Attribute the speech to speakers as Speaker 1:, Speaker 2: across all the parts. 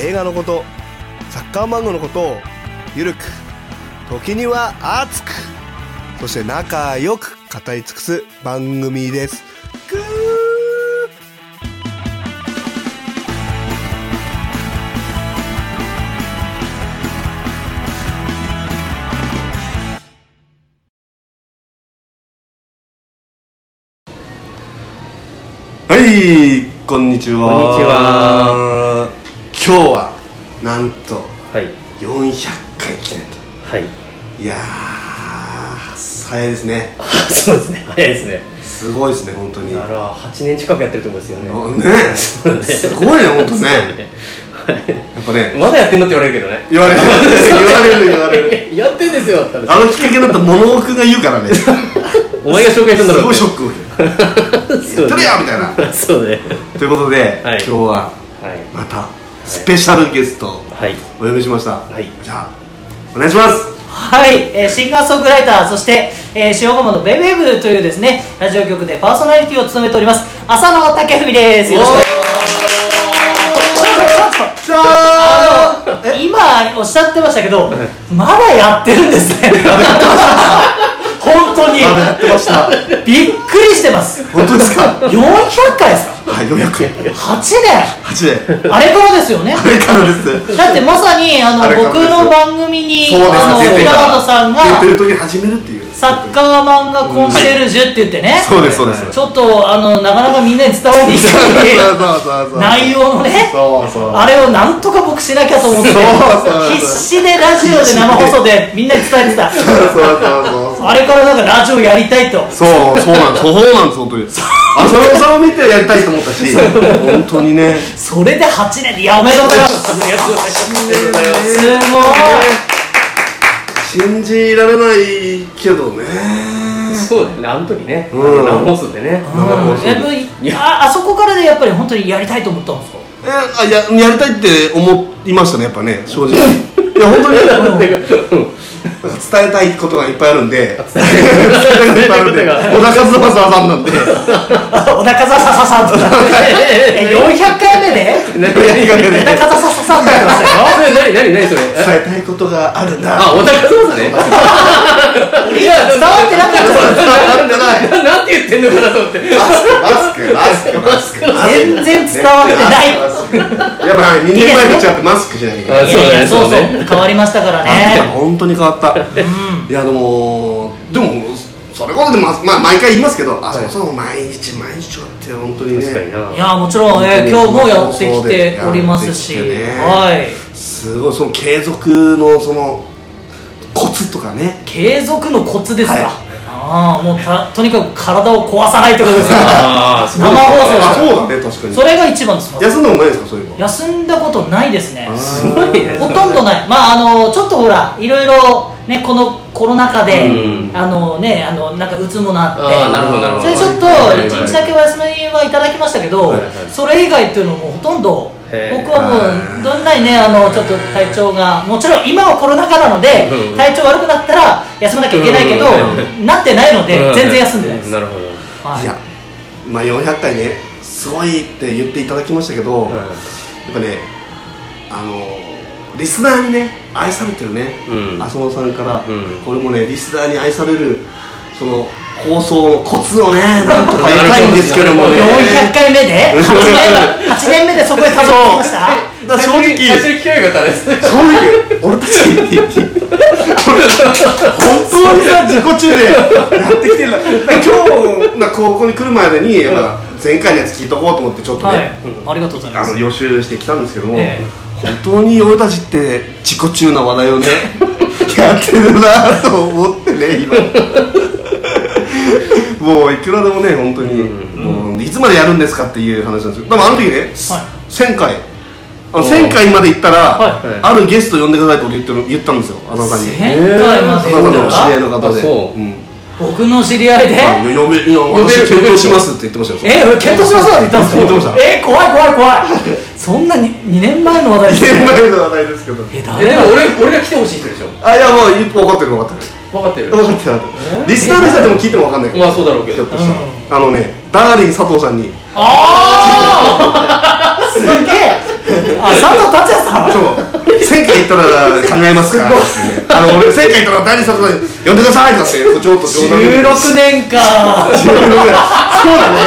Speaker 1: 映画のことサッカー漫画のことをゆるく時には熱くそして仲良く語り尽くす番組ですぐーはいこんにちは
Speaker 2: こんにちは
Speaker 1: 今日はなんと
Speaker 2: はい
Speaker 1: 400回記念と
Speaker 2: はい
Speaker 1: いやー早いですね
Speaker 2: そうですね早いですね
Speaker 1: すごいですね本当に
Speaker 2: あら8年近くやってると思うんですよね
Speaker 1: あねすごいね本当ねやっぱね
Speaker 2: まだやってんのって言われるけどね
Speaker 1: 言われる言われる言われる
Speaker 2: やってんですよって話
Speaker 1: あのきっかけだったモノオ君が言う からねす
Speaker 2: お前が紹介したんだろ
Speaker 1: ご
Speaker 2: う
Speaker 1: いショックを受ける
Speaker 2: ッ
Speaker 1: やってるやんみたいな
Speaker 2: そうね
Speaker 1: ということで今
Speaker 2: はい
Speaker 1: 日は
Speaker 2: はい
Speaker 1: またスペシャルゲストを
Speaker 2: はい
Speaker 1: お呼びしました
Speaker 2: はい
Speaker 1: じゃあお願いします
Speaker 3: はい、えーシンガーソングライターそして、えー、塩釜のベイベーブというですねラジオ局でパーソナリティを務めております浅野武文ですよろしくお願いします
Speaker 1: じゃあ
Speaker 3: ちょっと今おっしゃってましたけどまだやってるんで すね本当に
Speaker 1: やってました
Speaker 3: びっくりしてます
Speaker 1: 本当ですか
Speaker 3: 400回ですか
Speaker 1: はい408
Speaker 3: 8
Speaker 1: で
Speaker 3: 年あれからですよね
Speaker 1: これからです
Speaker 3: だってまさにあの
Speaker 1: あれから
Speaker 3: 僕
Speaker 1: ですよ
Speaker 3: の番組に
Speaker 1: そうです
Speaker 3: あの
Speaker 1: 出て
Speaker 3: 平
Speaker 1: る
Speaker 3: 本さんが
Speaker 1: 出てる時に始めるっていう
Speaker 3: サッカー漫画コンシェルジュって言ってね、
Speaker 1: そうですそうです
Speaker 3: ちょっとあのなかなかみんなに伝わりにく
Speaker 1: そう
Speaker 3: い
Speaker 1: そうそう
Speaker 3: 内容のね
Speaker 1: そうそう
Speaker 3: あれをなんとか僕しなきゃと思って
Speaker 1: そうそうそう
Speaker 3: 必死でラジオで生放送でみんなに伝えてた
Speaker 1: そうそうそう
Speaker 3: あれからなんかラジオやりたいと
Speaker 1: そうそうなんですそうなんです本当に浅野さんを見てやりたいと思ったし本当にね
Speaker 3: それで8年でいやおめでとうございますありがとうございますすごい
Speaker 1: 信じられないけどね
Speaker 2: そうだよねあの時ねあ
Speaker 1: うん
Speaker 2: の生放送でね
Speaker 3: うんやっぱりああそこからでやっぱり本当にやりたいと思ったんですか
Speaker 1: えあややりたいって思いましたねやっぱね正直いや本当に伝えたいことがいっぱいあるんで 伝えたいこといっぱいあるんで小田和正さんなんで
Speaker 3: お腹ざさささんとかえ400回目で
Speaker 2: 何
Speaker 1: やりかけ
Speaker 3: お
Speaker 1: で
Speaker 3: 腹ざさささんとかしたよ
Speaker 2: 何何何そ
Speaker 1: 伝
Speaker 2: れ
Speaker 1: えたいことがあるな
Speaker 2: あお互い そうだね
Speaker 3: いや伝わってなかった
Speaker 1: なんでない
Speaker 2: ななんて言ってんのかなと思って
Speaker 1: マスクマスクマスクマスク
Speaker 3: 全然伝わってない
Speaker 1: マスクやっぱ2年前と違ってマスクしなきゃいけない
Speaker 2: あ
Speaker 3: いやいや
Speaker 2: そ
Speaker 3: そうう
Speaker 2: だ
Speaker 3: そ
Speaker 2: ね
Speaker 3: う変わりましたからね
Speaker 1: 本当に変わったいやでもでもそれこそでもまあ毎回言いますけどあそうそう毎日毎日はって本当に
Speaker 2: 確かに
Speaker 1: ね
Speaker 2: ない
Speaker 3: やもちろん、えー今日もやってきておりますし、
Speaker 1: やってきてね
Speaker 3: はい
Speaker 1: すごいその継続のそのコツとかね
Speaker 3: 継続のコツですか、
Speaker 1: はい
Speaker 3: ああもうたとにかく体を壊さないってことで すか
Speaker 2: ああすごい
Speaker 3: 生放送
Speaker 1: あそうだね確かに
Speaker 3: それが一番ですもん
Speaker 1: 休んでもないですかそういうの
Speaker 3: 休んだことないですね
Speaker 1: す
Speaker 2: ごいね
Speaker 3: ほとんどないまああのちょっとほらいろいろねこのコロナ禍で、
Speaker 2: うん
Speaker 3: あのねあのなんかうつもなって
Speaker 2: ああなるほどなるほど
Speaker 3: それちょっと
Speaker 2: はいはい
Speaker 3: 1日だけお休みはいただきましたけど、
Speaker 1: はいはい
Speaker 3: それ以外っていうのもほとんど
Speaker 2: へえ
Speaker 3: 僕はもうどんなにねあのちょっと体調がもちろん今はコロナ禍なので、
Speaker 2: うん
Speaker 3: 体調悪くなったら休まなきゃいけないけど、
Speaker 2: う
Speaker 3: なってないので、全然休んでないです、
Speaker 2: なるほど
Speaker 3: はい
Speaker 1: いやまあ400回ねすごいって言っていただきましたけど、やっぱねあのリスナーにね愛されてるね、
Speaker 2: うん
Speaker 1: 浅野さんから、
Speaker 2: うん
Speaker 1: これもねリスナーに愛されるその放送のコツをねなんとかやりたいんですけどもね
Speaker 3: 400回目で8年 ,8 年目でそこへたどり着きました
Speaker 1: だから正直
Speaker 2: 最初に聞けばよかったです
Speaker 1: 正直俺たち本当にさ自己中でやってきてるん だだから今日なここに来る前にやっぱ前回のやつ聞いとこうと思ってちょっとね、
Speaker 3: はい、ありがとうございま
Speaker 1: あ
Speaker 3: す
Speaker 1: の予習してきたんですけども、
Speaker 3: ええ
Speaker 1: 本当に俺たちって自己中な話題をねやってるなと思ってね今もういくらでもね本当に、もういつまでやるんですかっていう話なんですけどでもあの時ね、
Speaker 3: はい
Speaker 1: 1000回ああの1000回まで行ったら、
Speaker 3: はい
Speaker 2: はい
Speaker 1: あるゲスト呼んでくださいって僕言ってる言ったんですよ浅田さんに
Speaker 3: 1000回まで
Speaker 1: 浅田さんの
Speaker 3: 行
Speaker 1: お
Speaker 3: っ
Speaker 1: 知り
Speaker 3: た
Speaker 1: 合い
Speaker 3: ら
Speaker 1: の方で
Speaker 2: あそうん
Speaker 3: 僕の知り合いで
Speaker 1: あ呼べ呼べ私検討しますって言ってましたよ
Speaker 3: え俺検討しましょうって言ったんですよ
Speaker 1: 言ってました
Speaker 3: えー怖い怖い怖いそんなに2年前の話題ですよ
Speaker 1: 現場の話題ですけど
Speaker 3: え
Speaker 2: え
Speaker 3: 誰
Speaker 2: で
Speaker 3: だ
Speaker 2: も俺俺が来てほしい人でしょ
Speaker 1: あいやもう一分かってる分かってる
Speaker 2: 分かってる
Speaker 1: 分かってる分かってるリスナーの人でも聞いても分かんないから
Speaker 2: まあそうだろうけ
Speaker 1: ひ
Speaker 2: ど
Speaker 1: ょっとしたらあのねダーリン佐藤さんに
Speaker 3: すげえあ佐藤達也さん
Speaker 1: そう1000回行ったら考えますからってねあの俺1000回行ったらダーリン佐藤さんに呼んでくださいとかってちょっと冗談で
Speaker 3: 16年か
Speaker 1: 16ぐらいそうだね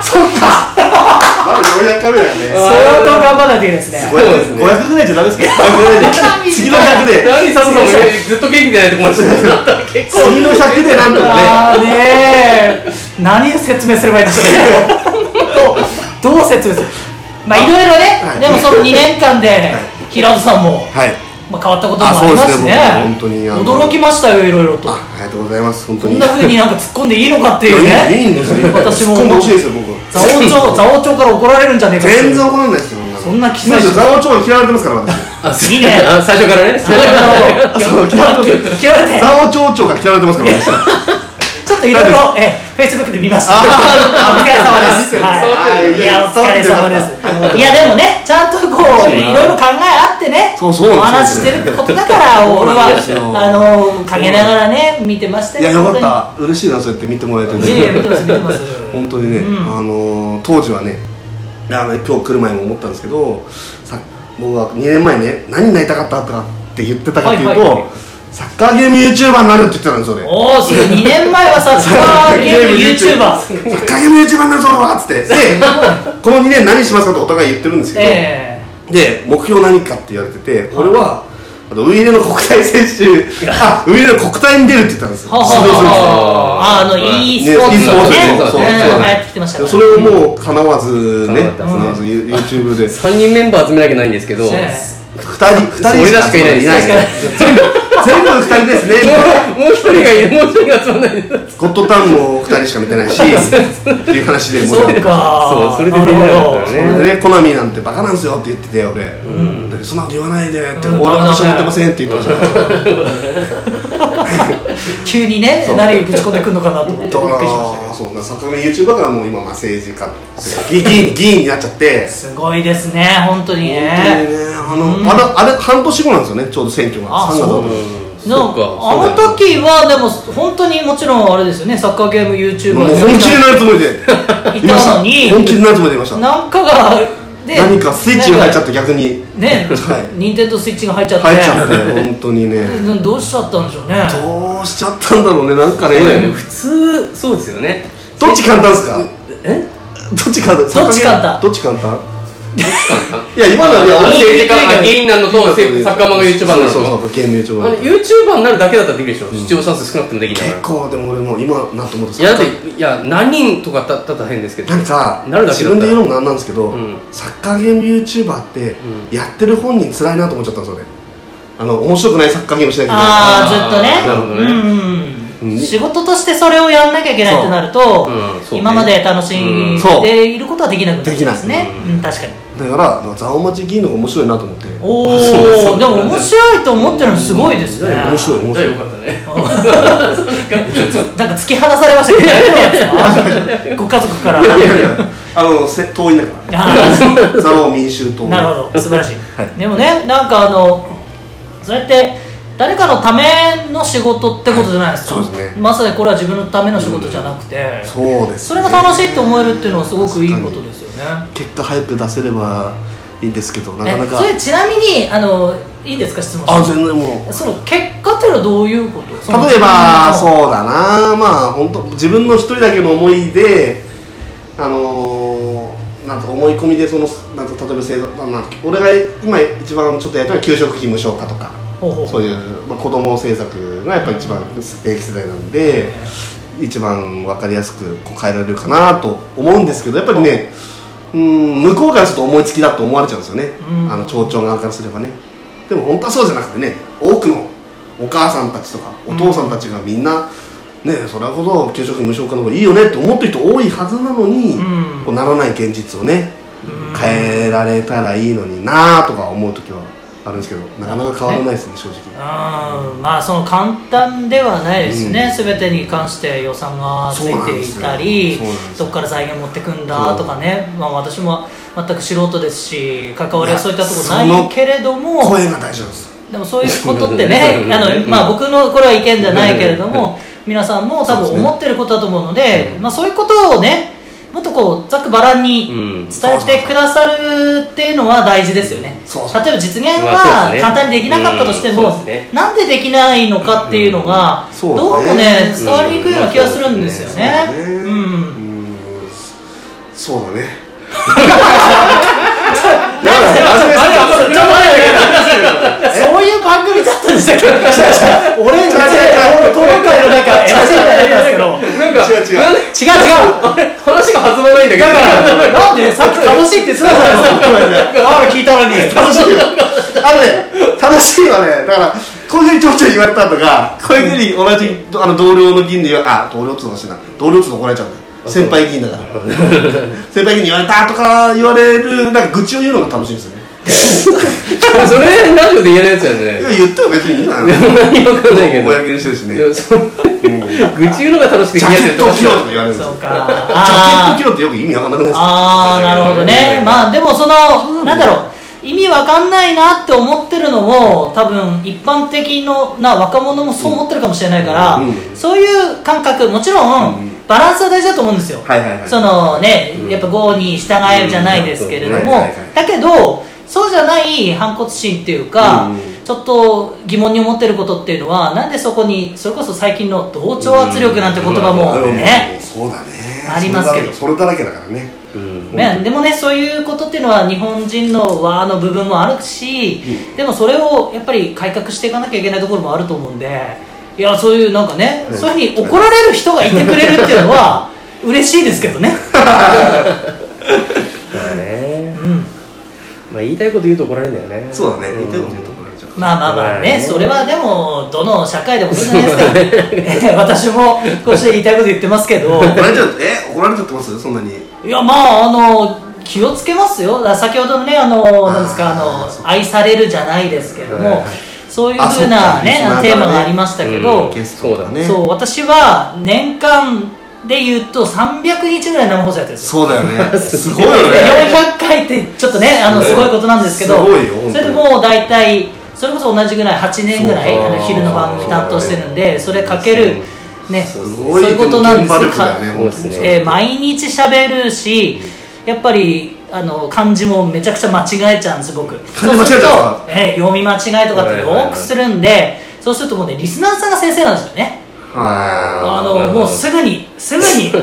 Speaker 1: そっかまだ400回目だよね
Speaker 3: 相当頑張らなきゃいけないですね
Speaker 1: 500
Speaker 2: ですね
Speaker 1: 500ぐらいじゃダメですか500で次の100で
Speaker 2: 何佐藤さんもずっと元気じゃないと困るし
Speaker 1: 次の100でなんとかね
Speaker 3: あーねえ何説明すればいいんですかね どうどう説明するまあいろいろね、
Speaker 1: はい
Speaker 3: でもその2年間で平野さんも、
Speaker 1: はい
Speaker 3: まあ、変わったこともあります
Speaker 1: あそうで
Speaker 3: しね
Speaker 1: すね僕も本当にあの
Speaker 3: 驚きましたよいろいろと
Speaker 1: あありがとうございます本当
Speaker 3: こ
Speaker 1: に
Speaker 3: んなふうになんか突っ込んでいいのかっていうね
Speaker 1: いいんですよ
Speaker 3: 私も
Speaker 1: 突っ込んでほしいですよ僕
Speaker 3: 蔵王町蔵王町から怒られるんじゃねえか
Speaker 1: 全 然怒らないですよ
Speaker 3: そんな気
Speaker 1: き
Speaker 3: さえ
Speaker 1: ついザワチョウ嫌われてますから私
Speaker 3: いいね
Speaker 2: あ最初からね最初からね
Speaker 1: そう嫌われてます
Speaker 3: 嫌われて
Speaker 1: ザワチョウ長が嫌われてますから私
Speaker 3: ちょっといろいろえフェイスブックで見ましたお疲れ様です、は
Speaker 1: そう
Speaker 3: い、いやお疲れ様ですいやでもねちゃんとこういろいろ考えあってね
Speaker 1: そうそう
Speaker 3: お
Speaker 1: なんで
Speaker 3: 話しし
Speaker 1: す
Speaker 3: て
Speaker 1: よ
Speaker 3: るってことだから俺はあの陰ながらね見てました
Speaker 1: いやよかった嬉しいなそうやって見てもらえて
Speaker 3: 本当にいやいや見て ます見てます
Speaker 1: 本当にね、あのー当時はねあの今日来る前も思ったんですけどさ僕は2年前ね何になりたかったとかって言ってたかっていうと、
Speaker 3: はいはいはい
Speaker 1: サッカーゲーム YouTuber になるって言ってたんですよね
Speaker 3: おおすごい2年前はさサッカーゲーム YouTuber
Speaker 1: サッカーゲーム YouTuber になるぞっつってで この2年何しますかとお互い言ってるんですけど、
Speaker 3: え
Speaker 1: で目標何かって言われてて俺はあのウイイレの国体選手あウイイレの国体に出るって言ったんです
Speaker 3: え
Speaker 1: よ
Speaker 3: ははは
Speaker 1: 指導するんですよ
Speaker 3: はあの e スポーツのね
Speaker 1: ね e スポーツねそうそう
Speaker 3: うん流行ってきてましたから
Speaker 1: それをもうかなわずね、
Speaker 2: 叶
Speaker 1: 叶わず YouTube で
Speaker 2: 3人メンバー集めなきゃないんですけどもう
Speaker 3: え
Speaker 1: 二人二人
Speaker 2: 俺らしかいない
Speaker 1: です全部全部二人ですね
Speaker 2: もう一人がいるもう一人が集まんないそう
Speaker 1: ゴッドタウンも二人しか見てないしっていう話で
Speaker 3: え
Speaker 1: も
Speaker 3: そう
Speaker 1: う
Speaker 3: か
Speaker 2: それで出れなかった
Speaker 1: で
Speaker 2: よね
Speaker 1: ねコナミなんてバカなんすよって言ってて俺、でそんなこと言わないでって、俺は私は言ってませんって言ってましただ
Speaker 3: 急にね何ぶち込んでくるのかなと思ってびっくりしました
Speaker 1: からそうな坂上 YouTuber からもう今まあ政治家議員議員になっちゃって
Speaker 3: すごいですね本
Speaker 1: 本当
Speaker 3: 当に
Speaker 1: に
Speaker 3: ね
Speaker 1: ねあの、あれあれ半年後なんですよねちょうど選挙が
Speaker 3: あ
Speaker 1: 3月
Speaker 3: そ
Speaker 2: う
Speaker 3: う
Speaker 2: ん
Speaker 3: の
Speaker 2: そうか
Speaker 3: あの時はでも本当にもちろんあれですよねサッカーゲーム YouTuber
Speaker 1: もう本気になるつもりで
Speaker 3: いたのに
Speaker 1: 本気になるつもりでいました
Speaker 3: なんかがで
Speaker 1: 何かスイッチが入っちゃって逆に
Speaker 3: ね
Speaker 1: はい
Speaker 3: 任天堂スイッチが入っちゃって
Speaker 1: 入っちゃって本当にね
Speaker 3: うんどうしちゃったんでしょうね
Speaker 1: どうしちゃったんだろうねなんかね
Speaker 2: だよね普通そうですよね
Speaker 1: どっち簡単ですか
Speaker 2: え
Speaker 1: どっち簡単
Speaker 3: どっち簡単
Speaker 1: どっち簡単いや今のはねあの
Speaker 2: 政治家が芸人なのとサ
Speaker 1: そうそう
Speaker 2: ッカーマンが YouTuber なの
Speaker 1: そうそう
Speaker 2: と
Speaker 1: そう芸名
Speaker 2: あ
Speaker 1: YouTuber
Speaker 2: の YouTuber になるだけだったらできるでしょ視聴者数少なくてもできない
Speaker 1: 結
Speaker 2: か
Speaker 1: 構でも俺もう今なんと思うと
Speaker 2: らいやだっていや何人とかだったら変ですけど
Speaker 1: なんか
Speaker 2: なるだ
Speaker 1: 自
Speaker 2: けだっ
Speaker 1: 分
Speaker 2: た
Speaker 1: で
Speaker 2: ら
Speaker 1: 言うのもなんなんですけど、
Speaker 2: うん
Speaker 1: サッカーゲーム YouTuber ってやってる本人辛いなと思っちゃったんですよねあの面白くないサッカーゲームしなきゃいけない
Speaker 3: あ
Speaker 2: なるほ
Speaker 3: あ
Speaker 2: ど
Speaker 3: ずっと
Speaker 2: ね
Speaker 3: ねうんうん仕事としてそれをやんなきゃいけないってなると
Speaker 2: うんそうね
Speaker 3: 今まで楽し
Speaker 2: うん
Speaker 3: ん
Speaker 1: そう
Speaker 3: でいることはできなくなっちゃうんですねうん確かに
Speaker 1: だから座王町議員の方が面白いなと思って面
Speaker 3: おおでも面白いと思ってるのすごいですね
Speaker 1: 白い面
Speaker 2: じゃあ
Speaker 1: 白い
Speaker 2: よかったね
Speaker 3: なんか突き放されましたけど ご家族から
Speaker 1: いやいやいやあのせ遠いだか
Speaker 3: あ
Speaker 1: ら座王民衆党
Speaker 3: ーなるほど素晴らしい、でもねなんかあのそれって誰かのための仕事ってことじゃないですか、
Speaker 1: はいそうですね
Speaker 3: まさにこれは自分のための仕事じゃなくて、
Speaker 1: そうです
Speaker 3: それが楽しいって思えるっていうのはすごくいいことですよね
Speaker 1: 結果早く出せればいいんですけどなかな
Speaker 3: え
Speaker 1: か
Speaker 3: それちなみにあのいいですか質問
Speaker 1: あ
Speaker 3: して
Speaker 1: 全然もう
Speaker 3: その結果っていうのはどういうことその
Speaker 1: 例えば
Speaker 3: 自分の
Speaker 1: そうだなまあ本当自分の一人だけの思いであのー、なんか思い込みでそのなんか例えば制度なんか俺が今一番ちょっとやったのは給食費無償化とか
Speaker 3: ほうほう
Speaker 1: そういう、まあ、子ども政策がやっぱ一番定期世代なんで一番分かりやすくこう変えられるかなと思うんですけどやっぱりねうん向こうからすると思いつきだと思われちゃうんですよね、
Speaker 3: うん
Speaker 1: あの町長側からすればねでも本当はそうじゃなくてね多くのお母さんたちとかお父さんたちがみんな、ねそれほど給食費無償化の方がいいよねって思ってる人多いはずなのに、
Speaker 3: うん
Speaker 1: こうならない現実をね変えられたらいいのになとか思う時はあるんですけどなかなか変わらないですね正直
Speaker 3: うんまあその簡単ではないですね、すべ全てに関して予算がついていたり
Speaker 1: そうなんですよそうなんですよ
Speaker 3: どこから財源持ってくんだとかね、まあ、私も全く素人ですし関わりはそういったところ
Speaker 1: いや
Speaker 3: な
Speaker 1: そ
Speaker 3: い
Speaker 1: の
Speaker 3: けれども
Speaker 1: 声が大事なんです
Speaker 3: でもそういうことって
Speaker 2: う
Speaker 3: ね
Speaker 2: ん
Speaker 3: あ
Speaker 2: う
Speaker 3: の、
Speaker 2: ん
Speaker 3: まあ、僕のこれは意見じゃないけれども皆さんも多
Speaker 1: そう
Speaker 3: 分
Speaker 1: ですね
Speaker 3: 思ってることだと思うのでまあ、そういうことをねもっとこうざっくばらんに
Speaker 2: うん
Speaker 3: 伝えてくださるっていうのは大事ですよね、
Speaker 1: そうそう
Speaker 3: 例えば実現
Speaker 2: まあそうで
Speaker 3: が
Speaker 2: すね
Speaker 3: 簡単にできなかったとして
Speaker 2: うん
Speaker 3: も、
Speaker 2: そうですね
Speaker 3: なんでできないのかっていうのが、
Speaker 1: そうですね
Speaker 3: どうもね伝わりにくいような気がするんですよね。
Speaker 1: そうですね
Speaker 3: うん
Speaker 1: そうだね
Speaker 3: ちょっと待ってそういう番組だったんでしたっけ俺んちトロカの中 MC みたいなやつだったんで
Speaker 2: なんか
Speaker 1: 違う違う
Speaker 2: なんです
Speaker 3: けど違う違う
Speaker 2: 話が弾まないんだけど
Speaker 3: なんでさっき楽しいって言ってたじゃないですかあ聞いたのに
Speaker 1: 楽しいよ あのね楽しいはねだからこういうふうにちょいちょい言われたとかこういうふうに同じあの同僚の議員で言わあ同僚っつうのおかしいな同僚っつうの怒られちゃうんだよ先輩議員だから先輩議員に言われたとか言われるなんか愚痴を言うのが楽しいんですよね
Speaker 2: それラジオで言えないやつやん
Speaker 1: い
Speaker 2: ね
Speaker 1: や言っても別にいい な
Speaker 2: 何わかんないけど
Speaker 1: 公にしてるしね
Speaker 2: いやそん愚痴言うのが楽しくて
Speaker 1: ジャ
Speaker 2: 嫌
Speaker 1: ケ
Speaker 2: や
Speaker 1: ッ
Speaker 2: つ
Speaker 1: ト
Speaker 2: や
Speaker 1: を
Speaker 2: っ
Speaker 1: 着
Speaker 2: て
Speaker 1: ろ
Speaker 2: ま
Speaker 1: とか言われるんです
Speaker 3: そ
Speaker 1: よ
Speaker 3: う
Speaker 1: ジ
Speaker 3: か
Speaker 1: ャケッ
Speaker 3: あ
Speaker 1: ト
Speaker 3: ー
Speaker 1: 着ろってよく意味わかんなくないですか
Speaker 3: あーなるほどねまあでもそのなんだろう意味わかんないなって思ってるのも多分一般的のな若者もそう思ってるかもしれないから、
Speaker 1: うん
Speaker 3: そういう感覚もちろん、バランスは大事だと思うんですよ、
Speaker 1: はいはいはい
Speaker 3: そのね、やっぱ郷に従えじゃないですけれど
Speaker 1: うん
Speaker 3: も、
Speaker 1: はいはいはい
Speaker 3: だけどそうじゃない反骨心っていうか、
Speaker 1: うん
Speaker 3: ちょっと疑問に思ってることっていうのはなんでそこにそれこそ最近の同調圧力なんて言葉もね、
Speaker 1: そうだね
Speaker 3: ありますけど
Speaker 1: それだらけだからね
Speaker 2: すうん
Speaker 3: ねでもねそういうことっていうのは日本人の和の部分もあるし、でもそれをやっぱり改革していかなきゃいけないところもあると思うんでいやそういうなんかね、
Speaker 1: うん
Speaker 3: そういうふうに怒られる人がいてくれるっていうの は嬉しいですけどね。
Speaker 2: まあね
Speaker 3: うん
Speaker 2: まあ言いたいこと言うと怒られるんだよね
Speaker 1: そうだね
Speaker 2: ん
Speaker 1: 言いたいこと言うとこられちゃう
Speaker 3: まあまあまあね、
Speaker 2: まあね
Speaker 3: それはでも、どの社会でもそうじゃないです か、私もこうして言いたいこと言ってますけど、
Speaker 1: 怒られちゃうえ怒られちゃってますそんなに
Speaker 3: いや、まあ、あの気をつけますよ、だから先ほどのね、あのなんですか
Speaker 1: あー
Speaker 3: あ
Speaker 1: そっ
Speaker 3: の、愛されるじゃないですけれども、
Speaker 2: はいはい
Speaker 3: そういうふうな、ね
Speaker 1: あそっか、
Speaker 3: テーマがありましたけど、
Speaker 2: うん
Speaker 1: そうだね
Speaker 3: そう私は年間で言うと、300日ぐらい生放送やってるんですよ。
Speaker 1: そうだよねすごいよ
Speaker 3: で
Speaker 1: ね
Speaker 3: 400回ってちょっとねあのすごいことなんですけど
Speaker 1: すごいよ本当に
Speaker 3: それでもう大体それこそ同じぐらい8年ぐらい
Speaker 2: そうか
Speaker 3: あの昼の番組担当してるんでそれかけるねそ
Speaker 2: そうう
Speaker 3: いうことなんです
Speaker 1: よ
Speaker 3: よ
Speaker 1: だよね
Speaker 3: か
Speaker 2: そうですね
Speaker 3: えー毎日喋るしやっぱりあの漢字もめちゃくちゃ間違えちゃうんです僕
Speaker 1: 漢字間違えちゃう
Speaker 3: そうすると、えー読み間違いとかって多くするんでそうするともうねリスナーさんが先生なんですよねあ
Speaker 1: は
Speaker 3: のもうすぐにすぐにメ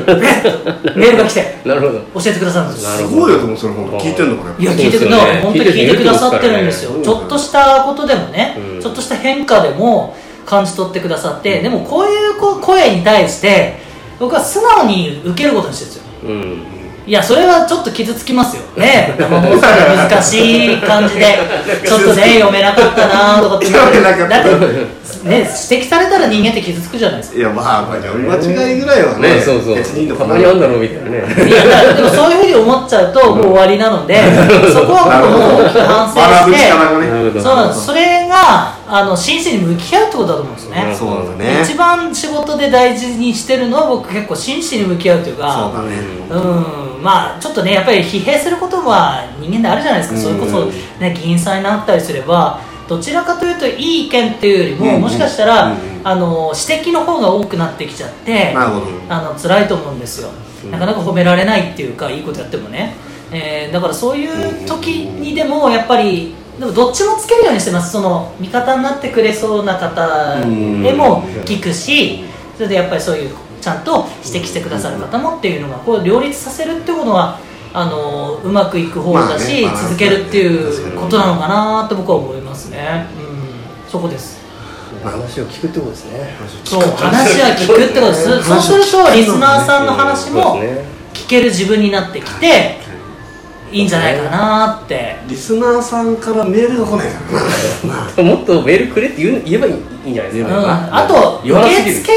Speaker 3: ールが来て
Speaker 2: なるほど
Speaker 3: 教えてくださるんですよ
Speaker 2: なる
Speaker 1: い
Speaker 2: ほど
Speaker 1: すごいよでもそれ本当聞いてんのかね
Speaker 3: いや聞いてくだ
Speaker 2: そうですよね
Speaker 3: 本当に聞いてくださってるんですよ
Speaker 2: 聞い
Speaker 3: ち
Speaker 1: てくれてるんですからね
Speaker 3: ょっとしたことでもね、
Speaker 2: うん
Speaker 3: ちょっとした変化でも感じ取ってくださって、でもこういうこ声に対して僕は素直に受けることにしてるんですよ
Speaker 2: うん
Speaker 3: いやそれはちょっと傷つきますよ ね生放送で難しい感じでちょっとね読めなかったなとかって
Speaker 1: 読めなかった
Speaker 3: だってね指摘されたら人間って傷つくじゃな いですか
Speaker 1: いやまあまあ読み間違いぐらいはね
Speaker 2: まあそうそう
Speaker 1: 別にいいの
Speaker 2: た
Speaker 1: かな
Speaker 2: まにあんだろうみたいなね
Speaker 3: いやだからでもそういうふうに思っちゃうともう終わりな ので、そこはもう反省
Speaker 1: 学
Speaker 3: し
Speaker 1: ぶ
Speaker 3: て
Speaker 1: 力がね
Speaker 2: なるほど
Speaker 3: そうなんですそれがあの真摯に向き合うってことだと思うんですよね、
Speaker 1: そうなんだね
Speaker 3: 一番仕事で大事にしてるのは僕結構真摯に向き合うという
Speaker 1: そう
Speaker 3: か
Speaker 1: だね
Speaker 3: うんまあちょっとねやっぱり疲弊することは人間であるじゃないですか、それこそ、ね、議員さんになったりすればどちらかというといい意見っていうよりも、
Speaker 1: うんうん
Speaker 3: もしかしたら、
Speaker 1: うんうん
Speaker 3: あの指摘の方が多くなってきちゃって
Speaker 1: なるほど
Speaker 3: あの辛いと思うんですよ、なかなか褒められないっていうかいいことやってもね、えーだからそういう時にでもやっぱりでもどっちもつけるようにしてますその味方になってくれそうな方でも聞くしそれでやっぱりそういうちゃんと指摘してくださる方もっていうのがこう両立させるってことはあのうまくいく方だし、
Speaker 1: まあね
Speaker 3: 続けるって
Speaker 1: 確か
Speaker 3: いう
Speaker 1: に
Speaker 3: ことなのかなと僕は思いますね、うん、そこです
Speaker 2: 話を聞くってことですね
Speaker 3: そう話は聞くってことですそうするとリスナーさんの話も
Speaker 2: そうですね
Speaker 3: 聞ける自分になってきていいんじゃないかなって
Speaker 1: リスナーさんからメールが来ないからな
Speaker 2: もっとメールくれって言う言えばいいいいんじゃないです
Speaker 3: うん、
Speaker 2: か、
Speaker 3: あと
Speaker 2: 言わなすぎ
Speaker 3: 受
Speaker 2: る
Speaker 3: 付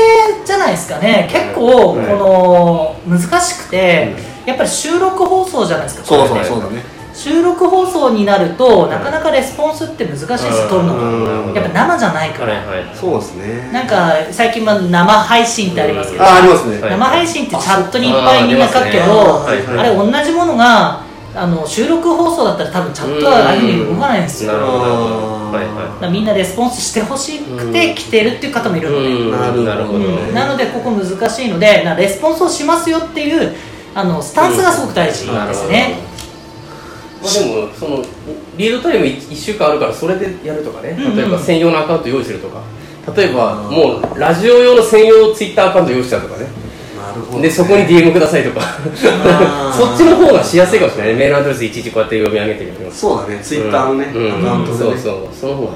Speaker 3: じゃないですかね結構この難しくて、やっぱり収録放送じゃないですか
Speaker 1: そうそう
Speaker 3: これって
Speaker 1: そうだね
Speaker 3: 収録放送になるとなかなかレスポンスって難しいです撮るの
Speaker 1: うん
Speaker 3: がやっぱ生じゃないか
Speaker 2: はい
Speaker 3: ら
Speaker 2: はい
Speaker 1: そうですね
Speaker 3: なんか最近は生配信ってありますけど
Speaker 1: ああありますね、
Speaker 2: はい
Speaker 3: 生配信ってチャットにいっぱいみんな書くけ
Speaker 2: あ
Speaker 3: ど
Speaker 2: ーありますね
Speaker 3: あれ同じものがあの収録放送だったら多分チャットはああいうふうに動かないんですよ
Speaker 2: な
Speaker 3: だ
Speaker 2: る
Speaker 3: か
Speaker 2: ほどなるほど
Speaker 1: あー
Speaker 2: はいは
Speaker 3: らみんなレスポンスしてほしくて来てるっていう方もいるので
Speaker 2: い
Speaker 1: うん
Speaker 2: なるほど
Speaker 3: うんなのでここ難しいのでなレスポンスをしますよっていうあのスタンスがすごく大事ですね、
Speaker 2: まあ、でもそのリードタイム 1, 週間あるからそれでやるとかね
Speaker 3: うんうん
Speaker 2: 例えば専用のアカウント用意するとか例えばもうラジオ用の専用ツイッターアカウント用意しちゃうとかね
Speaker 1: なるほどね
Speaker 2: でそこに DM くださいとか
Speaker 1: あー
Speaker 2: そっちの方がしやすいかもしれないねメールアドレスいちいちこうやって読み上げてみてます
Speaker 1: そうだねツイッターのね、
Speaker 2: うん
Speaker 1: アカウントで、ね
Speaker 2: うんそうそうその方が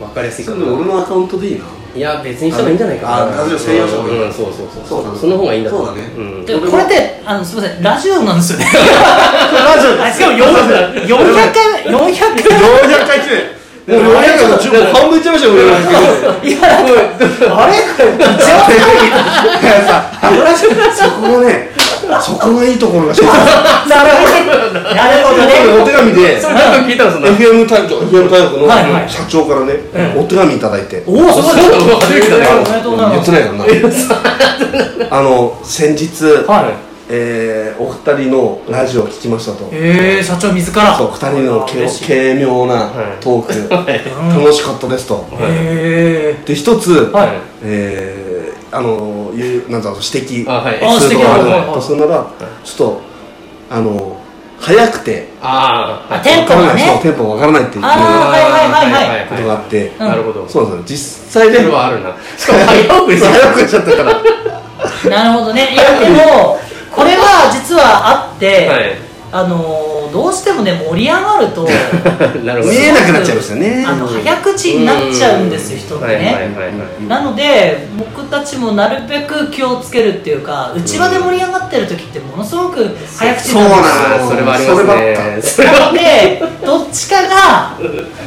Speaker 2: 分かりやすい
Speaker 1: そ
Speaker 2: か
Speaker 1: れで
Speaker 2: な
Speaker 1: も俺のアカウントでいいない
Speaker 2: や別にした方がいいんじゃないかな
Speaker 1: あラジオ専用した方がいい
Speaker 2: うんそうそうそう
Speaker 1: そうだね
Speaker 2: その方がいいんだと
Speaker 1: そうだね
Speaker 2: ん
Speaker 3: でこれってあのすみませんラジオなんですよね
Speaker 1: ラジオ
Speaker 3: あしかも400 400
Speaker 1: 400回
Speaker 3: 回400回
Speaker 1: 来てもう400回の10分半分いっちゃいましたよ俺の
Speaker 3: 今だとあれ
Speaker 1: いやさそこのねそこのいいところが正直
Speaker 3: なるほどなるほどね
Speaker 1: お手紙で
Speaker 3: そう
Speaker 2: なんか聞いたらそんな
Speaker 1: FM 大局 FM 大局
Speaker 3: はいは
Speaker 1: の
Speaker 3: い
Speaker 1: 社長からねお手紙いただいて
Speaker 3: おおすごい
Speaker 2: そうそう初めてだね
Speaker 3: おめでとうござい
Speaker 1: 言
Speaker 3: ま
Speaker 1: っ
Speaker 3: す
Speaker 1: てないよなあの先日
Speaker 3: はい
Speaker 1: えーお二人のラジオを聞きましたと
Speaker 3: えー、社長自ら
Speaker 1: そう二人のけ
Speaker 3: 嬉しい
Speaker 1: 軽妙な
Speaker 2: はい
Speaker 1: トー ク
Speaker 3: うん
Speaker 1: 楽しかったですと
Speaker 3: え
Speaker 1: で一つ
Speaker 3: はい
Speaker 1: えーあのゆなんだろう指摘
Speaker 2: あはい
Speaker 3: あ
Speaker 1: するのがある
Speaker 3: 指摘はいはいは
Speaker 1: と
Speaker 3: い
Speaker 1: するならちょっとあの早くて
Speaker 2: あー
Speaker 3: ー、
Speaker 2: は
Speaker 3: あ
Speaker 2: い
Speaker 3: テンポが
Speaker 1: そう
Speaker 3: ね
Speaker 1: テンポがわからないっていう
Speaker 3: あ
Speaker 1: こ
Speaker 3: ーはいはいはいはい
Speaker 1: とがあって
Speaker 3: うん
Speaker 2: なるほど
Speaker 1: そうなんですよ実際
Speaker 2: そ
Speaker 1: ね
Speaker 2: れはあるなしかも早送りする
Speaker 1: 早くしちゃった から
Speaker 3: なるほどねいやでもこれは実はあって、
Speaker 2: はい
Speaker 3: あのーどうしてもね盛り上がる と
Speaker 2: なるほど
Speaker 1: 見えなくなっちゃいましたね
Speaker 3: あの早口になっちゃうんですよ人ってね、
Speaker 2: はいはいはいはい
Speaker 3: なので僕たちもなるべく気をつけるっていうか内場で盛り上がってる時ってものすごく早口
Speaker 1: そう
Speaker 3: なんですよ
Speaker 1: な
Speaker 2: あーそれはありますねそれは
Speaker 3: なのでどっちかが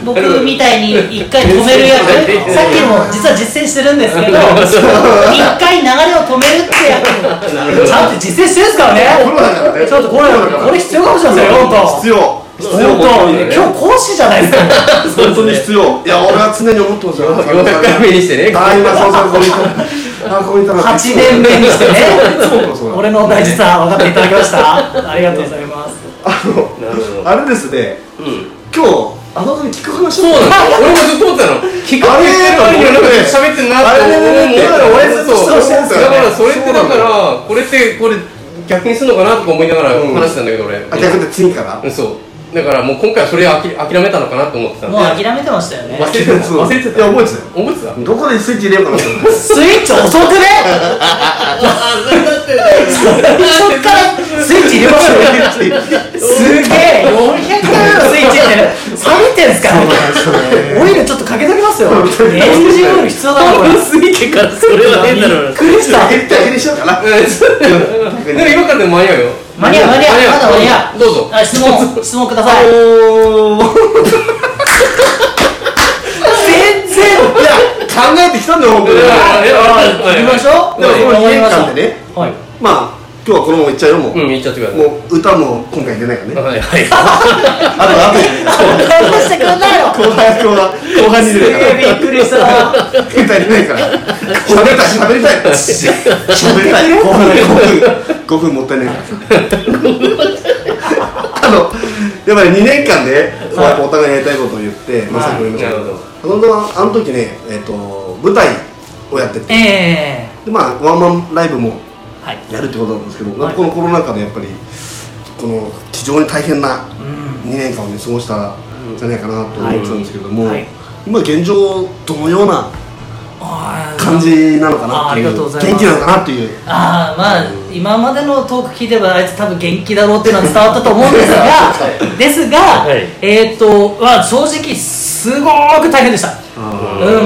Speaker 3: 僕みたいに一回止める役 さっきも実は実践してるんですけ ど一回流れを止めるって役もちゃんと実践してるんですからねちょっとこれこれ必要かもしれませんよ本
Speaker 1: 必要
Speaker 3: 当
Speaker 1: 必要
Speaker 3: 本当今日講師じゃないですか
Speaker 1: 本当に必要いや俺は常に思ってますよ
Speaker 2: 400回目にして ね
Speaker 1: あー今そうそうここにいたあここにいたな
Speaker 3: 8年目にしてね
Speaker 1: そうそう
Speaker 3: 俺の大事さ分かっていただきましたありがとうございます
Speaker 1: あの
Speaker 2: なるほど
Speaker 1: あれですね
Speaker 2: うん
Speaker 1: 今日あの子に聞く話
Speaker 2: そうなの俺もずっと思ってたの聞く
Speaker 1: あれ
Speaker 2: なんか喋ってんなっ
Speaker 1: あ
Speaker 2: て
Speaker 1: れねねね俺ずっとそうしてんすよ
Speaker 2: だからそれってだからこれってこれ逆にするのかなとか思いながら
Speaker 1: うん
Speaker 2: 話してたんだけど俺
Speaker 1: あ逆で次から
Speaker 2: うんそうだからもう今回はそれあき諦めたのかなと思ってたん
Speaker 3: も
Speaker 2: で
Speaker 3: う諦めてましたよね
Speaker 2: 忘れてた忘れて
Speaker 1: い
Speaker 2: た
Speaker 1: や覚えてたよ
Speaker 2: 思ってた
Speaker 1: どこでスイッチ入れようかなと思って
Speaker 3: スイッチ遅くね
Speaker 2: ああそれだって
Speaker 3: 最初からスイッチ入れましたね すげえ400回のスイッチ入れてる冷めてんすかオイルちょっとかけときますよエンジンオイル必要だなこれ
Speaker 2: すぎてからそれは変だろう
Speaker 3: びっくりした
Speaker 1: 減った減りしようかな
Speaker 2: でも今からでも間に合う よ
Speaker 3: 間に合う間に合うまだ間に合う
Speaker 2: どうぞ
Speaker 3: あ質問質問ください
Speaker 1: い
Speaker 3: 全然
Speaker 1: や考えてきたんだよ本当に
Speaker 2: いや
Speaker 3: 行きましょう
Speaker 1: でもこの
Speaker 3: 終わりましょ
Speaker 1: 2年間でね
Speaker 3: うはい
Speaker 1: まあ今日はこのままいっちゃうよもう
Speaker 2: うん言っちゃってください
Speaker 1: もう歌も今回出ないからね
Speaker 2: はいはい
Speaker 1: あとあと
Speaker 3: 会話してくれないの
Speaker 1: 後半後半後半に出ないから
Speaker 3: びっくりした
Speaker 1: 歌出ないから喋りたい喋りたい喋りたい5分5分5分もったいないからあのやっぱり2年間でこうやってお互いやりたいことを言ってまさにこう言いましたけ
Speaker 2: はい
Speaker 1: どそのあの時ねえっと舞台をやってて
Speaker 3: ええ
Speaker 1: でまあワンマンライブも
Speaker 3: はい
Speaker 1: やるってことなんですけど、
Speaker 3: はい
Speaker 1: このコロナ禍でやっぱりこの非常に大変な
Speaker 3: うん
Speaker 1: 2年間をね過ごしたんじゃないかなと思ってたんですけども、
Speaker 3: はいはい
Speaker 1: 今現状どのような
Speaker 3: あー
Speaker 1: 感じなのかなってい
Speaker 3: あーありがとうございます
Speaker 1: 元気なのかなっていう
Speaker 3: ああまあ今までのトーク聞いてばあいつ多分元気だろうっていうのは伝わったと思うんです がですが、
Speaker 2: はい
Speaker 3: えっ、ー、とまあ正直すごく大変でしたうん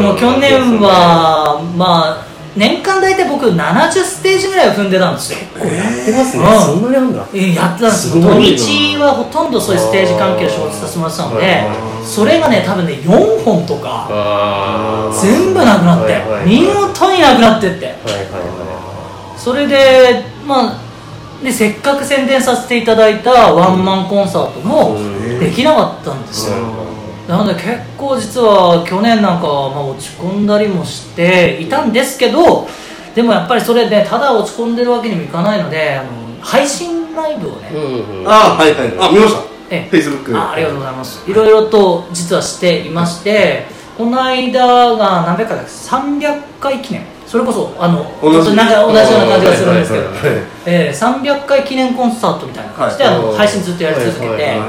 Speaker 3: もう去年はまあ年間大体僕70ステージぐらいを踏んでたんですよ
Speaker 2: やってますね
Speaker 3: うん
Speaker 2: そんなにあんだ
Speaker 3: えーやってたんですよ
Speaker 2: すごいな
Speaker 3: 土日はほとんどそういうステージ関係の仕事させてもらってたの
Speaker 2: はい
Speaker 3: でそれがね多分ね4本とか
Speaker 2: あー
Speaker 3: 全部なくなって、
Speaker 2: はいはいはい
Speaker 3: 見事になくなってって
Speaker 2: はいはいは
Speaker 3: それでまあでせっかく宣伝させていただいたワンマンコンサートも
Speaker 2: うん
Speaker 3: できなかったんですよ、なので結構実は去年なんかはまあ落ち込んだりもしていたんですけどでもやっぱりそれで、ただ落ち込んでるわけにもいかないのであの配信ライブをね、
Speaker 2: うんうん
Speaker 1: ああはいはいあ見ました
Speaker 3: ええ
Speaker 1: Facebook
Speaker 3: あありがとうございますいろいろと実はしていましてこの間が何百回だっけ300回記念それこそあの
Speaker 1: 同じ
Speaker 3: ちょっとなんか同じような感じがするんですけど
Speaker 2: はいはいはいはい
Speaker 3: ええ300回記念コンサートみたいな感じで、
Speaker 1: はい
Speaker 3: あの配信ずっとやり続けて、
Speaker 2: はいはいはい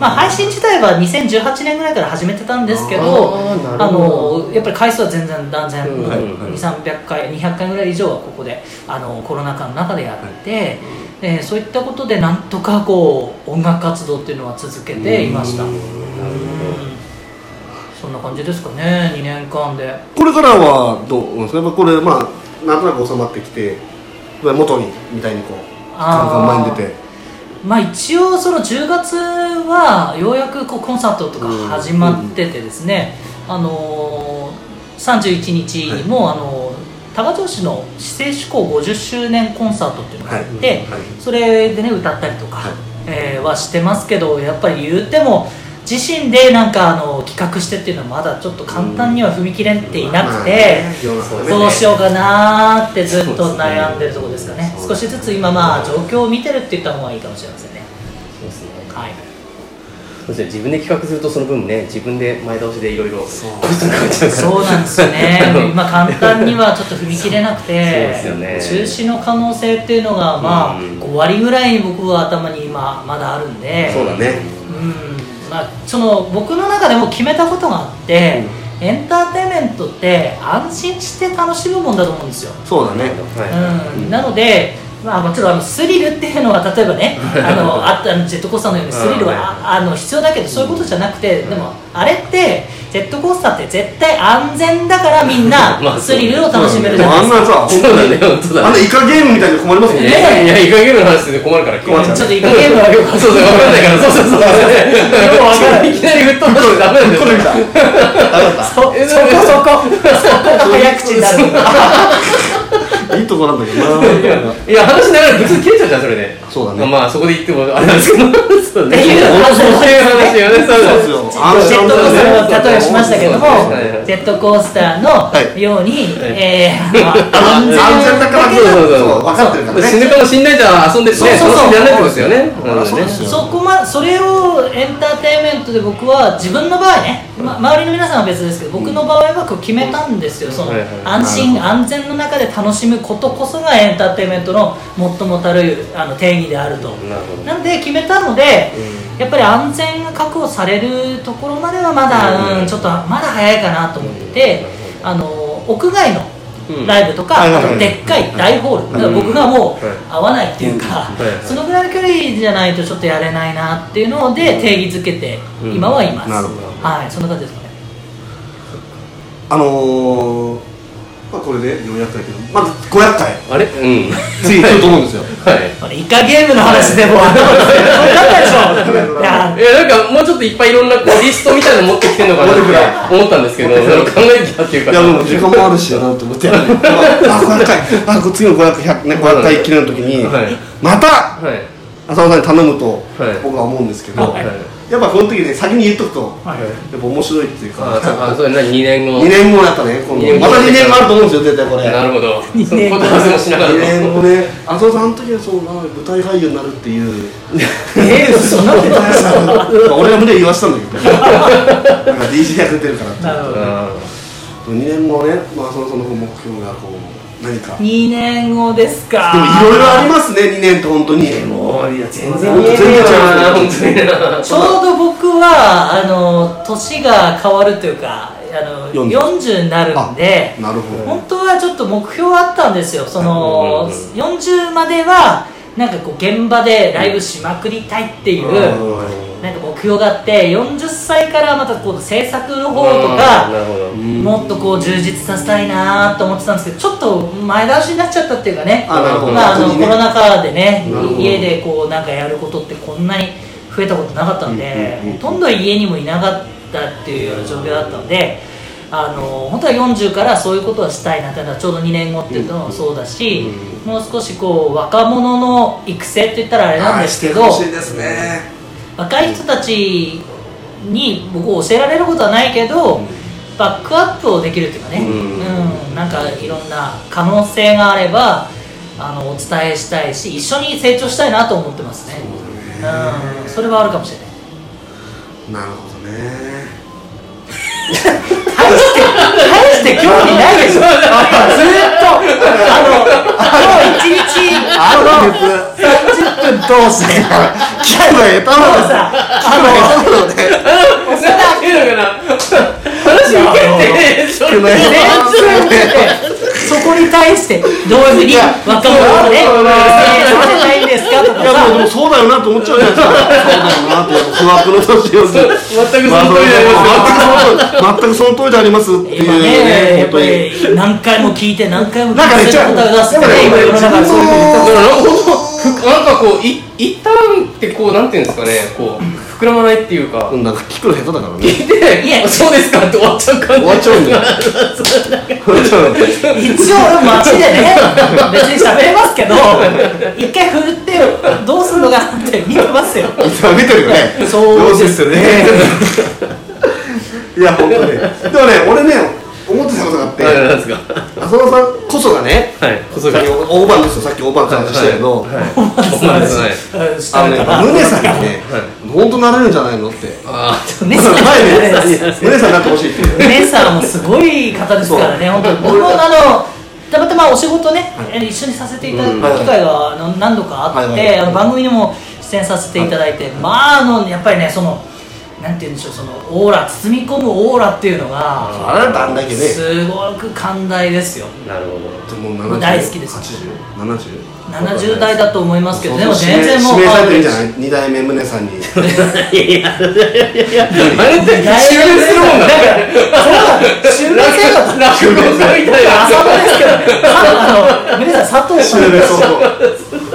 Speaker 3: まあ、配信自体は2018年ぐらいから始めてたんですけど
Speaker 2: あーな
Speaker 3: あ
Speaker 2: るほ
Speaker 3: のやっぱり回数は全然断然、
Speaker 2: うん
Speaker 1: はい
Speaker 3: 2 3 0 0回200回ぐらい以上はここであのコロナ禍の中でやって、えーそういったことでなんとかこう音楽活動っていうのは続けていましたうんそんな感じですかね2年間で
Speaker 1: これからはどうですかやっぱこれまあなんとなく収まってきて元にみたいにこう
Speaker 3: あー
Speaker 1: ガンガン前に出て
Speaker 3: まあ一応その10月はようやくこうコンサートとか始まっててですね、あのー、31日にも、あのー多賀城市の市政志向50周年コンサートっていうのがあって、
Speaker 1: はいはい
Speaker 3: それでね歌ったりとか、
Speaker 1: はい
Speaker 3: えーはしてますけどやっぱり言っても自身でなんかあの企画してっていうのはまだちょっと簡単には踏み切れていなくて、
Speaker 1: 世の中ね
Speaker 3: どうしようかなーってずっと悩んでるところですかね少しずつ今まあ状況を見てるって言った方がいいかもしれませんね
Speaker 2: そうですね
Speaker 3: はい
Speaker 2: そして自分で企画するとその分ね自分で前倒しでいろいろそう
Speaker 3: そうなんですよね 今簡単にはちょっと踏み切れなくて
Speaker 2: そうですよ
Speaker 3: 中
Speaker 2: ね
Speaker 3: 止の可能性っていうのがまあ
Speaker 2: うん
Speaker 3: 5割ぐらい僕は頭に今まだあるんで
Speaker 2: そうだね
Speaker 3: うんまあ、その僕の中でも決めたことがあって、エンターテインメントって安心して楽しむもんだと思うんですよ、
Speaker 1: そうだね
Speaker 2: は
Speaker 3: うん、なので、まあ、もちろんあのスリルっていうのは例えばねあのあったあのジェットコースターのようにスリルは
Speaker 2: うん
Speaker 3: ああの必要だけどそういうことじゃなくてでもあれってジェットコースターって絶対安全だからみん
Speaker 2: ま
Speaker 3: な
Speaker 2: あ
Speaker 3: スリルを楽しめるじ
Speaker 1: で
Speaker 3: ゃ
Speaker 1: も
Speaker 3: な
Speaker 1: あ
Speaker 3: いで
Speaker 1: ん
Speaker 3: すか。
Speaker 1: なさ
Speaker 2: いそうだね本当
Speaker 1: あん
Speaker 2: だ
Speaker 1: な
Speaker 2: ね
Speaker 1: イカゲームみたいに困りますもん
Speaker 2: い
Speaker 1: ね
Speaker 2: やいやいかげる話で困るから
Speaker 3: ちょ
Speaker 2: 困
Speaker 3: っといかげんのはよくわかんない
Speaker 2: そうそうわかんないからそうそうそう
Speaker 3: うわかんない
Speaker 2: いきなり吹っ飛ばしてダメなんだよ
Speaker 1: これ見た
Speaker 3: そそこそこそこが早口になるんだ
Speaker 1: いいとこなんだけど
Speaker 2: い
Speaker 1: な
Speaker 2: やいや話しながらぶつ切れちゃうじゃんそれで
Speaker 1: そうだね
Speaker 2: まあそこで言ってもあれなんですけどそう
Speaker 3: っていう話
Speaker 2: そういう話よ ねそう
Speaker 1: そう
Speaker 2: で
Speaker 1: ですす
Speaker 2: よ
Speaker 1: よ
Speaker 3: ジェットコースターの例えをしましたけども
Speaker 2: そうですね、
Speaker 3: ジェットコースターのように、えーあの 安全
Speaker 1: 安全だから
Speaker 2: そうそうそう
Speaker 1: そう分かってるからね
Speaker 2: 死ぬかもしんないじゃん遊んでね
Speaker 3: そうそうそう
Speaker 2: 楽しんでやらないってことですよね
Speaker 1: あらそうですよ
Speaker 3: そこまそれをエンターテインメントで僕は自分の場合ね、ま、周りの皆さんは別ですけど僕の場合はこう決めたんですよ、その
Speaker 2: はいはい
Speaker 3: 安心安全の中で楽しむことこそがエンターテインメントの最もたるいあの定義である
Speaker 2: な
Speaker 3: と
Speaker 2: るほど
Speaker 3: なんで決めたので、やっぱり安全が確保されるところまではまだ、
Speaker 2: うん
Speaker 3: うんちょっとまだ早いかなと思ってて、あの屋外の
Speaker 2: うん
Speaker 3: ライブとか、
Speaker 1: はいはいはい
Speaker 3: あとでっかい大ホール、だから僕がもう合わないっていうか、
Speaker 2: うんはいはい
Speaker 3: そのぐらいの距離じゃないとちょっとやれないなっていうので定義づけて
Speaker 2: うん
Speaker 3: 今はいます、
Speaker 1: なるほ
Speaker 3: はいそんな感じですかね
Speaker 1: あのーまあこれで400回けどまず500回
Speaker 2: あれうん
Speaker 1: 次いくと思うんですよ
Speaker 2: はい
Speaker 3: これイカゲームの話でもう 頭が分かんないでしょいや
Speaker 2: えなんかもうちょっといっぱいいろんなこうリストみたいなの持ってきてんのかなって思ったんですけどそれを考えてたっていうか
Speaker 1: いやもう時間もあるしやなと思って、あ500回あこ次の500100ね500回記念の時に、
Speaker 2: はい
Speaker 1: また
Speaker 2: はい
Speaker 1: 浅野さんに頼むと
Speaker 2: はい
Speaker 1: 僕は思うんですけど、
Speaker 2: はい
Speaker 1: やっぱこの時ね先に言っとくと
Speaker 3: はい
Speaker 1: やっぱ面白いっていうか
Speaker 2: ああそれ何2年後
Speaker 1: 2年後やっぱね今
Speaker 2: 二年
Speaker 1: 度
Speaker 2: 後
Speaker 1: また2年後あると思うんですよ絶対これ
Speaker 2: なるほど
Speaker 3: 二
Speaker 2: その
Speaker 3: 年後
Speaker 2: ことはもしながら
Speaker 1: 2年後ね浅野さんの時はそうな舞台俳優になるっていう
Speaker 3: えー、そんなことないですよ
Speaker 1: 俺が無理やり言わせたんだけどなんか DC100 出るからって
Speaker 3: なるほど
Speaker 2: あ
Speaker 1: 2年後ね、まあ、浅野さんのこう目標がこう何か
Speaker 3: 2年後ですか
Speaker 1: でもいろいろありますね、2年って本当に。
Speaker 2: もういや全
Speaker 1: 然
Speaker 2: 然
Speaker 1: 見えねえな
Speaker 2: 本当にな
Speaker 3: ちょうど僕はあの年が変わるというかあの 40,
Speaker 1: 40
Speaker 3: になるんで
Speaker 1: なるほど。
Speaker 3: 本当はちょっと目標あったんですよその、
Speaker 2: うんうん
Speaker 3: 40まではなんかこう現場でライブしまくりたいっていう、なんか目標があって40歳からまたこう制作の方と
Speaker 2: う
Speaker 3: か
Speaker 2: んなるほど
Speaker 3: もっとこう充実させたいなと思ってたんですけどちょっと前倒しになっちゃったっていうかね
Speaker 1: あなるほど
Speaker 3: まあ、あの
Speaker 1: 逆に
Speaker 3: コ
Speaker 1: ね
Speaker 3: ロナ禍でね
Speaker 1: なるほど
Speaker 3: 家でこうなんかやることってこんなに増えたことなかったんで、
Speaker 1: うんうんうん
Speaker 3: ほとんど家にもいなかったっていうような状況だったのであの本当は40からそういうことはしたいなっていうのはちょうど2年後っていうのもそうだし、もう少しこう若者の育成って言ったらあれなんですけど、
Speaker 1: あーしてほしいですね
Speaker 3: 若い人たちに僕教えられることはないけど、バックアップをできるっていうかね、
Speaker 1: うん
Speaker 3: うんなんかいろんな可能性があればあのお伝えしたいし一緒に成長したいなと思ってますねそうん、それはあるかもしれない
Speaker 1: なるほどね
Speaker 3: 大して大して興味ないでし ょずーっとあの今日一日
Speaker 1: あるんです
Speaker 3: 30分通しても
Speaker 1: 聞くの下手
Speaker 3: う
Speaker 1: なんです
Speaker 3: さ
Speaker 1: あのね
Speaker 2: なんていうのかな話受けてそれ
Speaker 1: 聞くの
Speaker 3: 全然そこに対してどういうふうに若者をね
Speaker 1: そう
Speaker 3: させたいんですかと
Speaker 1: いやもうで
Speaker 3: か
Speaker 1: もそうだよなと思っちゃうじゃないですかそうだよなって不惑の年を
Speaker 2: 全くその通
Speaker 1: 全くその通り
Speaker 2: りであります
Speaker 1: でありますっていう
Speaker 3: 今ね
Speaker 1: ね
Speaker 3: やっ
Speaker 1: 本
Speaker 3: ぱ
Speaker 1: 当に
Speaker 3: り何回も聞いて何回も聞い
Speaker 1: なんかね
Speaker 3: て
Speaker 1: ち
Speaker 3: そう
Speaker 1: ょ
Speaker 3: い
Speaker 1: っと
Speaker 3: う答えを出すってね
Speaker 1: でもね
Speaker 3: 今世の中でそうい
Speaker 2: だか
Speaker 3: うこと言っ
Speaker 2: ら本当なんかこうい一旦ってこうなんていうんですかねこう膨らまないっていうか
Speaker 1: うんなんか聞くの下手だから
Speaker 2: 聞
Speaker 1: ね
Speaker 2: いて
Speaker 3: いや
Speaker 2: そうですかって終わっちゃう感じ
Speaker 1: 終わっちゃうんだよ終わっちゃうんだよ
Speaker 3: た一応俺街でね別に喋れますけ ど一回振ってどうするのかなって見てますよ
Speaker 1: いつも見てるよね
Speaker 3: そうですね
Speaker 1: いや本当にでもね俺ね思ってたことがあって
Speaker 2: はいなんですか
Speaker 1: 浅田さんこそがね
Speaker 2: はい
Speaker 1: さ
Speaker 2: 細
Speaker 1: っき大判ですよさっき大判の話したけど
Speaker 2: そうですね
Speaker 1: あ
Speaker 3: 下
Speaker 1: のね
Speaker 3: から
Speaker 1: 宗さん にね本当なれるんじゃないのって
Speaker 2: あ
Speaker 3: ね
Speaker 1: 前ね宗さんになってほしいって
Speaker 3: 姉さんもすごい方ですからね、本当に僕もあのたまたまお仕事ね、一緒にさせていただく機会があの何度かあって、
Speaker 1: はいはい
Speaker 3: あの番組にも出演させていただいて、まああのやっぱりねそのなんて言うんでしょうそのオーラ包み込むオーラっていうのが
Speaker 1: あなたあんだけね
Speaker 3: すごく寛大ですよ
Speaker 2: あなるほど
Speaker 1: もう
Speaker 3: 大好きです70
Speaker 1: 8070
Speaker 3: 代だと思いますけどでも全然もう
Speaker 1: 指名されてるんじ ゃない二代目宗さんに
Speaker 2: いやいやいやいやあれって終了するもんだ落語家みたいな
Speaker 3: 襲名制度浅野ですけどあの皆さん佐藤さん
Speaker 1: 指名そう そ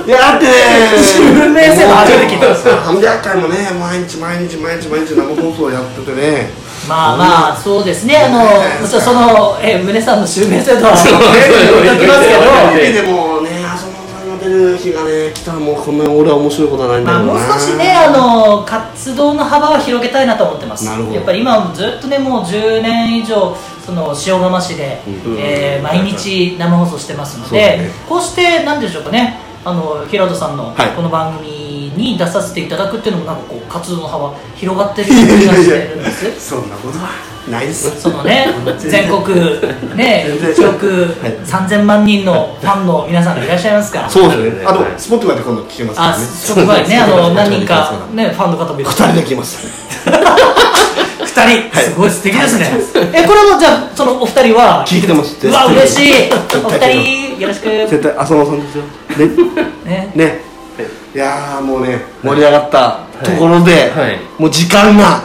Speaker 1: ういやだってね
Speaker 3: 指名制度初めて聞いた
Speaker 1: 300回もね毎日毎日毎日毎日生放送やっててね
Speaker 3: まあまあそうですね、あの、もちろんその、え、宗さんの襲名制度は。
Speaker 1: ね
Speaker 2: そう
Speaker 1: 言っときますけど
Speaker 2: そ
Speaker 1: テ
Speaker 2: う
Speaker 1: レビでもね浅野さんが出る日がね来たらもうこんな俺は面白いことはないんだ
Speaker 3: まあ、
Speaker 1: ろうな
Speaker 3: もう少しね、あの、活動の幅を広げたいなと思ってます。
Speaker 1: なるほど
Speaker 3: やっぱり今、ずっとね、もう10年以上、その塩釜市で、えー毎日生放送してますの
Speaker 1: そうです
Speaker 3: で、
Speaker 1: ね
Speaker 3: こうして、なんでしょうかね。あの、平戸さんの
Speaker 1: はい、
Speaker 3: この番組に出させていただくっていうのも、なんかこう、活動の幅広がってる気がしてるんです。
Speaker 1: そんなことはないっす
Speaker 3: そ のね、全国、ね、
Speaker 1: 全然
Speaker 3: 1億
Speaker 1: はい
Speaker 3: 3000万人のファンの皆さんがいらっしゃいますから、
Speaker 1: そうですねあ
Speaker 2: はい
Speaker 1: とスポットまで今度聞けますから
Speaker 3: あ
Speaker 1: ね
Speaker 3: そこまでね、あの何人か、
Speaker 1: 2
Speaker 3: ね、ファンの方もいらっしゃ
Speaker 1: 人
Speaker 3: る、
Speaker 1: で来ます
Speaker 3: 2人、すごい素敵ですね、えこれもじゃあ、そのお二人は、
Speaker 1: 聞いてますって
Speaker 3: うわ、嬉しい、お
Speaker 1: 対
Speaker 3: 二人、よろしく、
Speaker 1: 絶対浅野さんですよね
Speaker 3: ね、
Speaker 1: ねいやーもうね盛り上がったところで、
Speaker 2: はい
Speaker 1: もう時間が
Speaker 2: は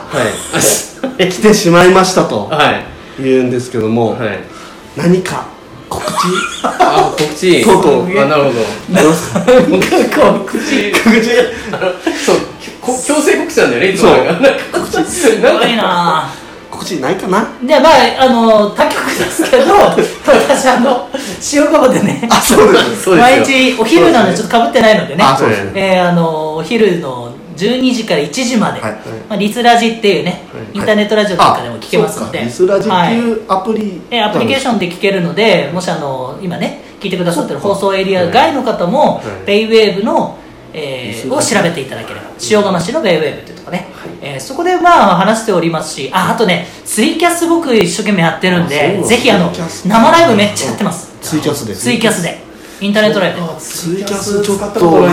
Speaker 2: い
Speaker 1: 来てしまいましたと
Speaker 2: はい
Speaker 1: 言うんですけども、
Speaker 2: はい
Speaker 1: 何か告知
Speaker 2: あ告知
Speaker 1: とうとう
Speaker 2: あなるほど
Speaker 1: あります か
Speaker 2: 告知
Speaker 1: 告知
Speaker 2: そうこ強制告知なんだよねいつも
Speaker 1: そう
Speaker 2: なんか告知
Speaker 3: すごいなぁ。
Speaker 1: 告知ないかな
Speaker 3: でまあ、あの他局です けど私あの塩釜でね
Speaker 1: あそうですね
Speaker 2: そうですよ
Speaker 3: 毎日お昼なのでちょっとかぶってないのでね
Speaker 1: あそうですね
Speaker 3: えーあのお昼の12時から1時まで、
Speaker 1: はい
Speaker 3: まあ、リスラジっていうね、インターネットラジオとかでも聞けますので、
Speaker 1: あそうかリスラジって
Speaker 3: はい
Speaker 1: いうアプリ、
Speaker 3: えーアプリケーシ
Speaker 1: ョン
Speaker 3: ョンで聞けるのでもしあの今ね聞いてくださってる放送エリア外の方も、ベイウェーブの、えーを調べていただければ塩釜市のベイウェーブっていうとこね、えーそこでまあ話しておりますしああとねツイキャス僕一生懸命やってるん
Speaker 1: あそうな
Speaker 3: で
Speaker 1: んだ
Speaker 3: ぜひあの
Speaker 1: ツイキャス
Speaker 3: 生ライブめっちゃやってます、
Speaker 1: ツイキャスで
Speaker 3: ツイキャスでインターネットライブであ
Speaker 1: ツイキャスちょっと
Speaker 2: な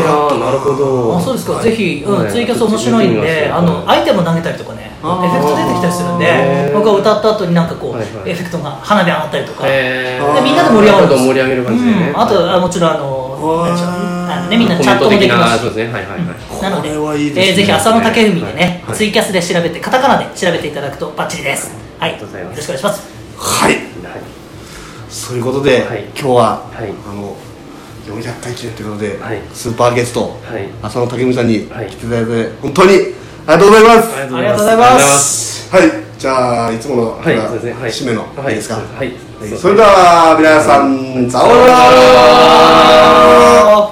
Speaker 2: るほど
Speaker 3: そうですか、ぜひ、うん
Speaker 2: はい
Speaker 3: ツイキャス面白いん
Speaker 2: ちょっと見てみ
Speaker 3: で
Speaker 2: ます
Speaker 3: あのアイテム投げたりとかねエフ
Speaker 1: あー
Speaker 3: ェクト出てきたりするん
Speaker 2: へ
Speaker 3: で
Speaker 2: ー
Speaker 3: 僕が歌った後になんかこう、
Speaker 2: はいはい
Speaker 3: エフェクトが花火上がったりとか、
Speaker 2: え
Speaker 1: でみんなで盛
Speaker 3: り上がるんです
Speaker 2: 盛り上げる感じでね
Speaker 3: うん、あとあもちろんあの
Speaker 1: あー
Speaker 3: なんでしょうあのねみんな
Speaker 2: コ
Speaker 3: チ
Speaker 2: メ
Speaker 3: ャ
Speaker 2: ン
Speaker 3: ッ
Speaker 2: ト
Speaker 3: トもで
Speaker 2: 的
Speaker 3: きま
Speaker 2: な
Speaker 3: す
Speaker 2: そうですねはいはいはい
Speaker 3: なので
Speaker 1: これはいいですね
Speaker 3: えーぜひ浅野武文でね、
Speaker 1: はい
Speaker 3: ツイキャスで調べてカタカナで調べていただくとバッチリですはい
Speaker 2: りがとうござい
Speaker 3: よ
Speaker 2: ます
Speaker 3: ろしくお願いします
Speaker 1: はい
Speaker 2: はい
Speaker 1: そういうことで、
Speaker 2: はい
Speaker 1: 今日は、
Speaker 2: はい
Speaker 1: あの400回記念ということで、
Speaker 2: はい
Speaker 1: スーパーゲスト、
Speaker 2: はい
Speaker 1: 浅野武美さんに
Speaker 2: はい
Speaker 1: 来ていただいて、本当にありがとうございます
Speaker 2: ありがとうございます
Speaker 3: ありがとうございます
Speaker 1: はいじゃあいつもの、
Speaker 2: はい、
Speaker 1: まあ
Speaker 2: そうですね。はい。
Speaker 1: 締めの、、
Speaker 2: はい
Speaker 1: い
Speaker 2: い、
Speaker 1: ですか、
Speaker 2: そうですはい。
Speaker 1: それでは皆さん、さようなら